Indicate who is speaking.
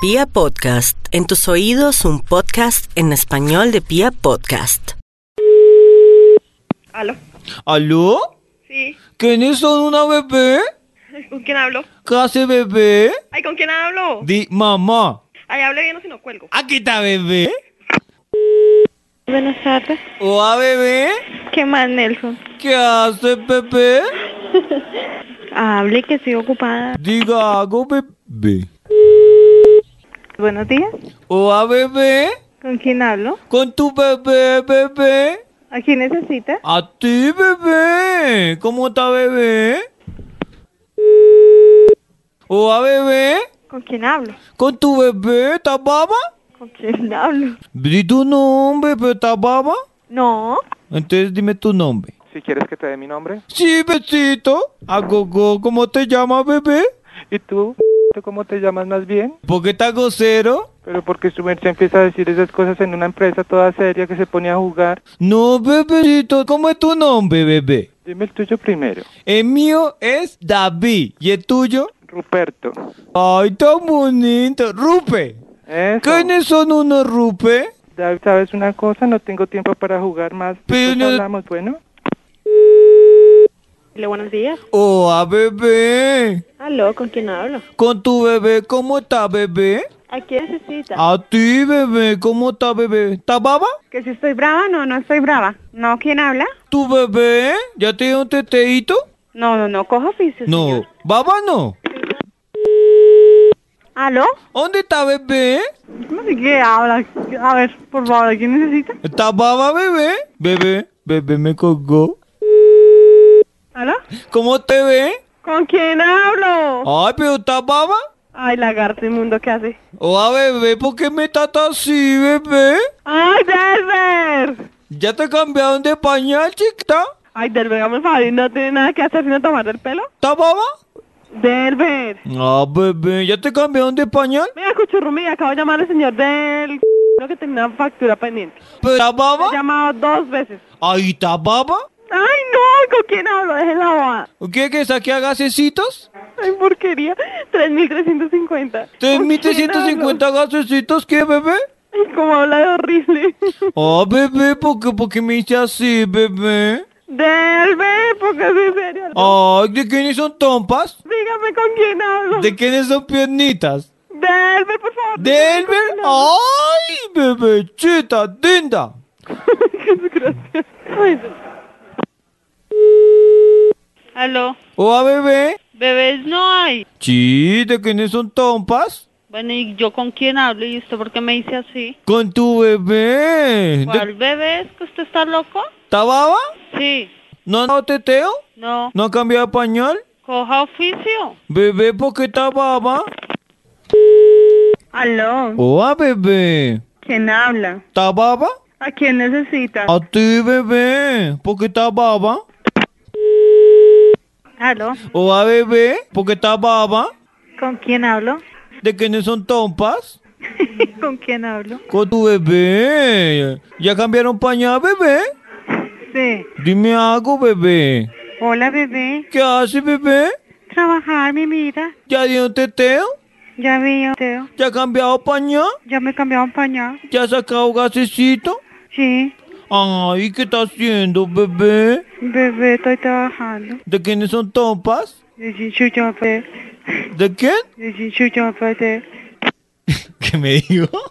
Speaker 1: Pia Podcast, en tus oídos un podcast en español de Pia Podcast.
Speaker 2: ¿Aló?
Speaker 3: ¿Aló?
Speaker 2: Sí.
Speaker 3: ¿Quiénes son una bebé?
Speaker 2: ¿Con quién hablo?
Speaker 3: ¿Qué hace bebé?
Speaker 2: Ay, ¿con quién hablo?
Speaker 3: Di mamá.
Speaker 2: Ay, hable bien o si no cuelgo.
Speaker 3: Aquí está bebé.
Speaker 4: Buenas tardes.
Speaker 3: Hola bebé.
Speaker 4: ¿Qué más, Nelson?
Speaker 3: ¿Qué hace bebé?
Speaker 4: Hable que estoy ocupada.
Speaker 3: Diga algo bebé.
Speaker 4: Buenos días.
Speaker 3: Hola bebé.
Speaker 4: ¿Con quién hablo?
Speaker 3: Con tu bebé bebé.
Speaker 4: ¿A quién necesita?
Speaker 3: A ti bebé. ¿Cómo está bebé? Hola bebé.
Speaker 4: ¿Con quién hablo?
Speaker 3: Con tu bebé está baba.
Speaker 4: ¿Con quién hablo?
Speaker 3: Di tu nombre, pero está baba.
Speaker 4: No.
Speaker 3: Entonces dime tu nombre.
Speaker 5: Si quieres que te dé mi nombre.
Speaker 3: Sí, besito. A gogo, ¿cómo te llamas, bebé?
Speaker 5: ¿Y tú? ¿Tú ¿Cómo te llamas más bien?
Speaker 3: ¿Por qué estás gocero?
Speaker 5: Pero porque su merced empieza a decir esas cosas en una empresa toda seria que se pone a jugar.
Speaker 3: No, bebecito, ¿cómo es tu nombre, bebé?
Speaker 5: Dime el tuyo primero.
Speaker 3: El mío es David. ¿Y el tuyo?
Speaker 5: Ruperto.
Speaker 3: Ay, tan bonito. Rupe.
Speaker 5: Eso.
Speaker 3: ¿Quiénes son unos Rupe?
Speaker 5: David, ¿sabes una cosa? No tengo tiempo para jugar más.
Speaker 3: Pero
Speaker 5: Después
Speaker 3: no-
Speaker 5: hablamos, bueno.
Speaker 4: Dile buenos días.
Speaker 3: Hola, bebé.
Speaker 4: ¿Aló? ¿Con quién hablo?
Speaker 3: Con tu bebé, ¿cómo está, bebé?
Speaker 4: ¿A quién
Speaker 2: Ah.
Speaker 4: necesita?
Speaker 3: A ti, bebé, ¿cómo está, bebé? ¿Está baba?
Speaker 4: Que si estoy brava, no, no estoy brava. ¿No? ¿Quién habla?
Speaker 3: ¿Tu bebé? ¿Ya tiene un teteíto?
Speaker 4: No, no, no, cojo oficio.
Speaker 3: No, baba no.
Speaker 4: ¿Aló?
Speaker 3: ¿Dónde está, bebé?
Speaker 4: ¿Cómo se que habla? A ver, por favor, ¿a quién necesita?
Speaker 3: ¿Está baba, bebé? Bebé, bebé me colgó.
Speaker 4: ¿Aló?
Speaker 3: ¿Cómo te ve?
Speaker 4: ¿Con quién hablo?
Speaker 3: Ay, pero está baba.
Speaker 4: Ay, lagarto inmundo, ¿qué hace?
Speaker 3: Hola, bebé, ¿por qué me tratas así, bebé?
Speaker 4: ¡Ay, Delver!
Speaker 3: ¿Ya te cambiaron de pañal, chiquita?
Speaker 4: Ay, Delver, vamos a ver, ¿no tiene nada que hacer sino tomar el pelo?
Speaker 3: ¿Está baba?
Speaker 4: Delver.
Speaker 3: Ah, bebé, ¿ya te cambiaron de pañal?
Speaker 4: Mira, cuchurrumi, acabo de llamar al señor del... Lo que tenía una factura pendiente.
Speaker 3: ¿Pero está
Speaker 4: He
Speaker 3: baba?
Speaker 4: llamado dos veces.
Speaker 3: Ahí está baba.
Speaker 4: Ay, no, ¿con quién hablo? Deje la bobada.
Speaker 3: ¿Qué que saque a gasecitos?
Speaker 4: Ay, porquería. 3.350. ¿Con quién hablo?
Speaker 3: 3.350 gasecitos, ¿qué, bebé?
Speaker 4: Ay, cómo habla de horrible.
Speaker 3: Ah, bebé, ¿por qué, por qué me hice así, bebé?
Speaker 4: Delver, porque soy serio.
Speaker 3: Ay, ¿de quiénes son trompas?
Speaker 4: Dígame con quién hablo.
Speaker 3: ¿De quiénes son piernitas?
Speaker 4: Delver, por favor.
Speaker 3: Delver, ah. ay, bebechita, dinda.
Speaker 4: Qué desgracia. Ay, Delver.
Speaker 6: Aló,
Speaker 3: Hola, bebé.
Speaker 6: bebés no hay.
Speaker 3: Sí, ¿de quiénes son trompas?
Speaker 6: Bueno, ¿y yo con quién hablo? ¿Y usted por qué me dice así?
Speaker 3: Con tu bebé.
Speaker 6: ¿Cuál bebé es que usted está loco?
Speaker 3: ¿Tababa?
Speaker 6: Sí,
Speaker 3: ¿No han dado teteo?
Speaker 6: no,
Speaker 3: ¿No han cambiado de pañal?
Speaker 6: coja oficio.
Speaker 3: Bebé, ¿por qué tababa?
Speaker 4: Aló,
Speaker 3: Hola, bebé.
Speaker 4: ¿quién habla?
Speaker 3: ¿Tababa?
Speaker 4: ¿A quién necesita?
Speaker 3: A ti, bebé. ¿Por qué tababa?
Speaker 4: Aló,
Speaker 3: Hola, bebé. ¿Por qué tababa?
Speaker 4: ¿con quién hablo?
Speaker 3: ¿De quiénes son trompas?
Speaker 4: ¿Con quién hablo?
Speaker 3: Con tu bebé. ¿Ya cambiaron pañal, bebé?
Speaker 4: Sí.
Speaker 3: Dime algo, bebé.
Speaker 4: Hola, bebé.
Speaker 3: ¿Qué hace, bebé?
Speaker 4: Trabajar, mi vida.
Speaker 3: ¿Ya dio un teteo?
Speaker 4: Ya veo, Teo.
Speaker 3: ¿Ya ha cambiado pañal?
Speaker 4: Ya me cambiado un pañal.
Speaker 3: ¿Ya ha sacado gasecito?
Speaker 4: Sí.
Speaker 3: Ay, ¿qué está haciendo, bebé?
Speaker 4: Bebé, estoy trabajando.
Speaker 3: ¿De quiénes son trompas?
Speaker 4: Yo soy yo, bebé.
Speaker 3: ¿De quién?
Speaker 4: Yo soy yo, bebé.
Speaker 3: ¿Qué me dijo?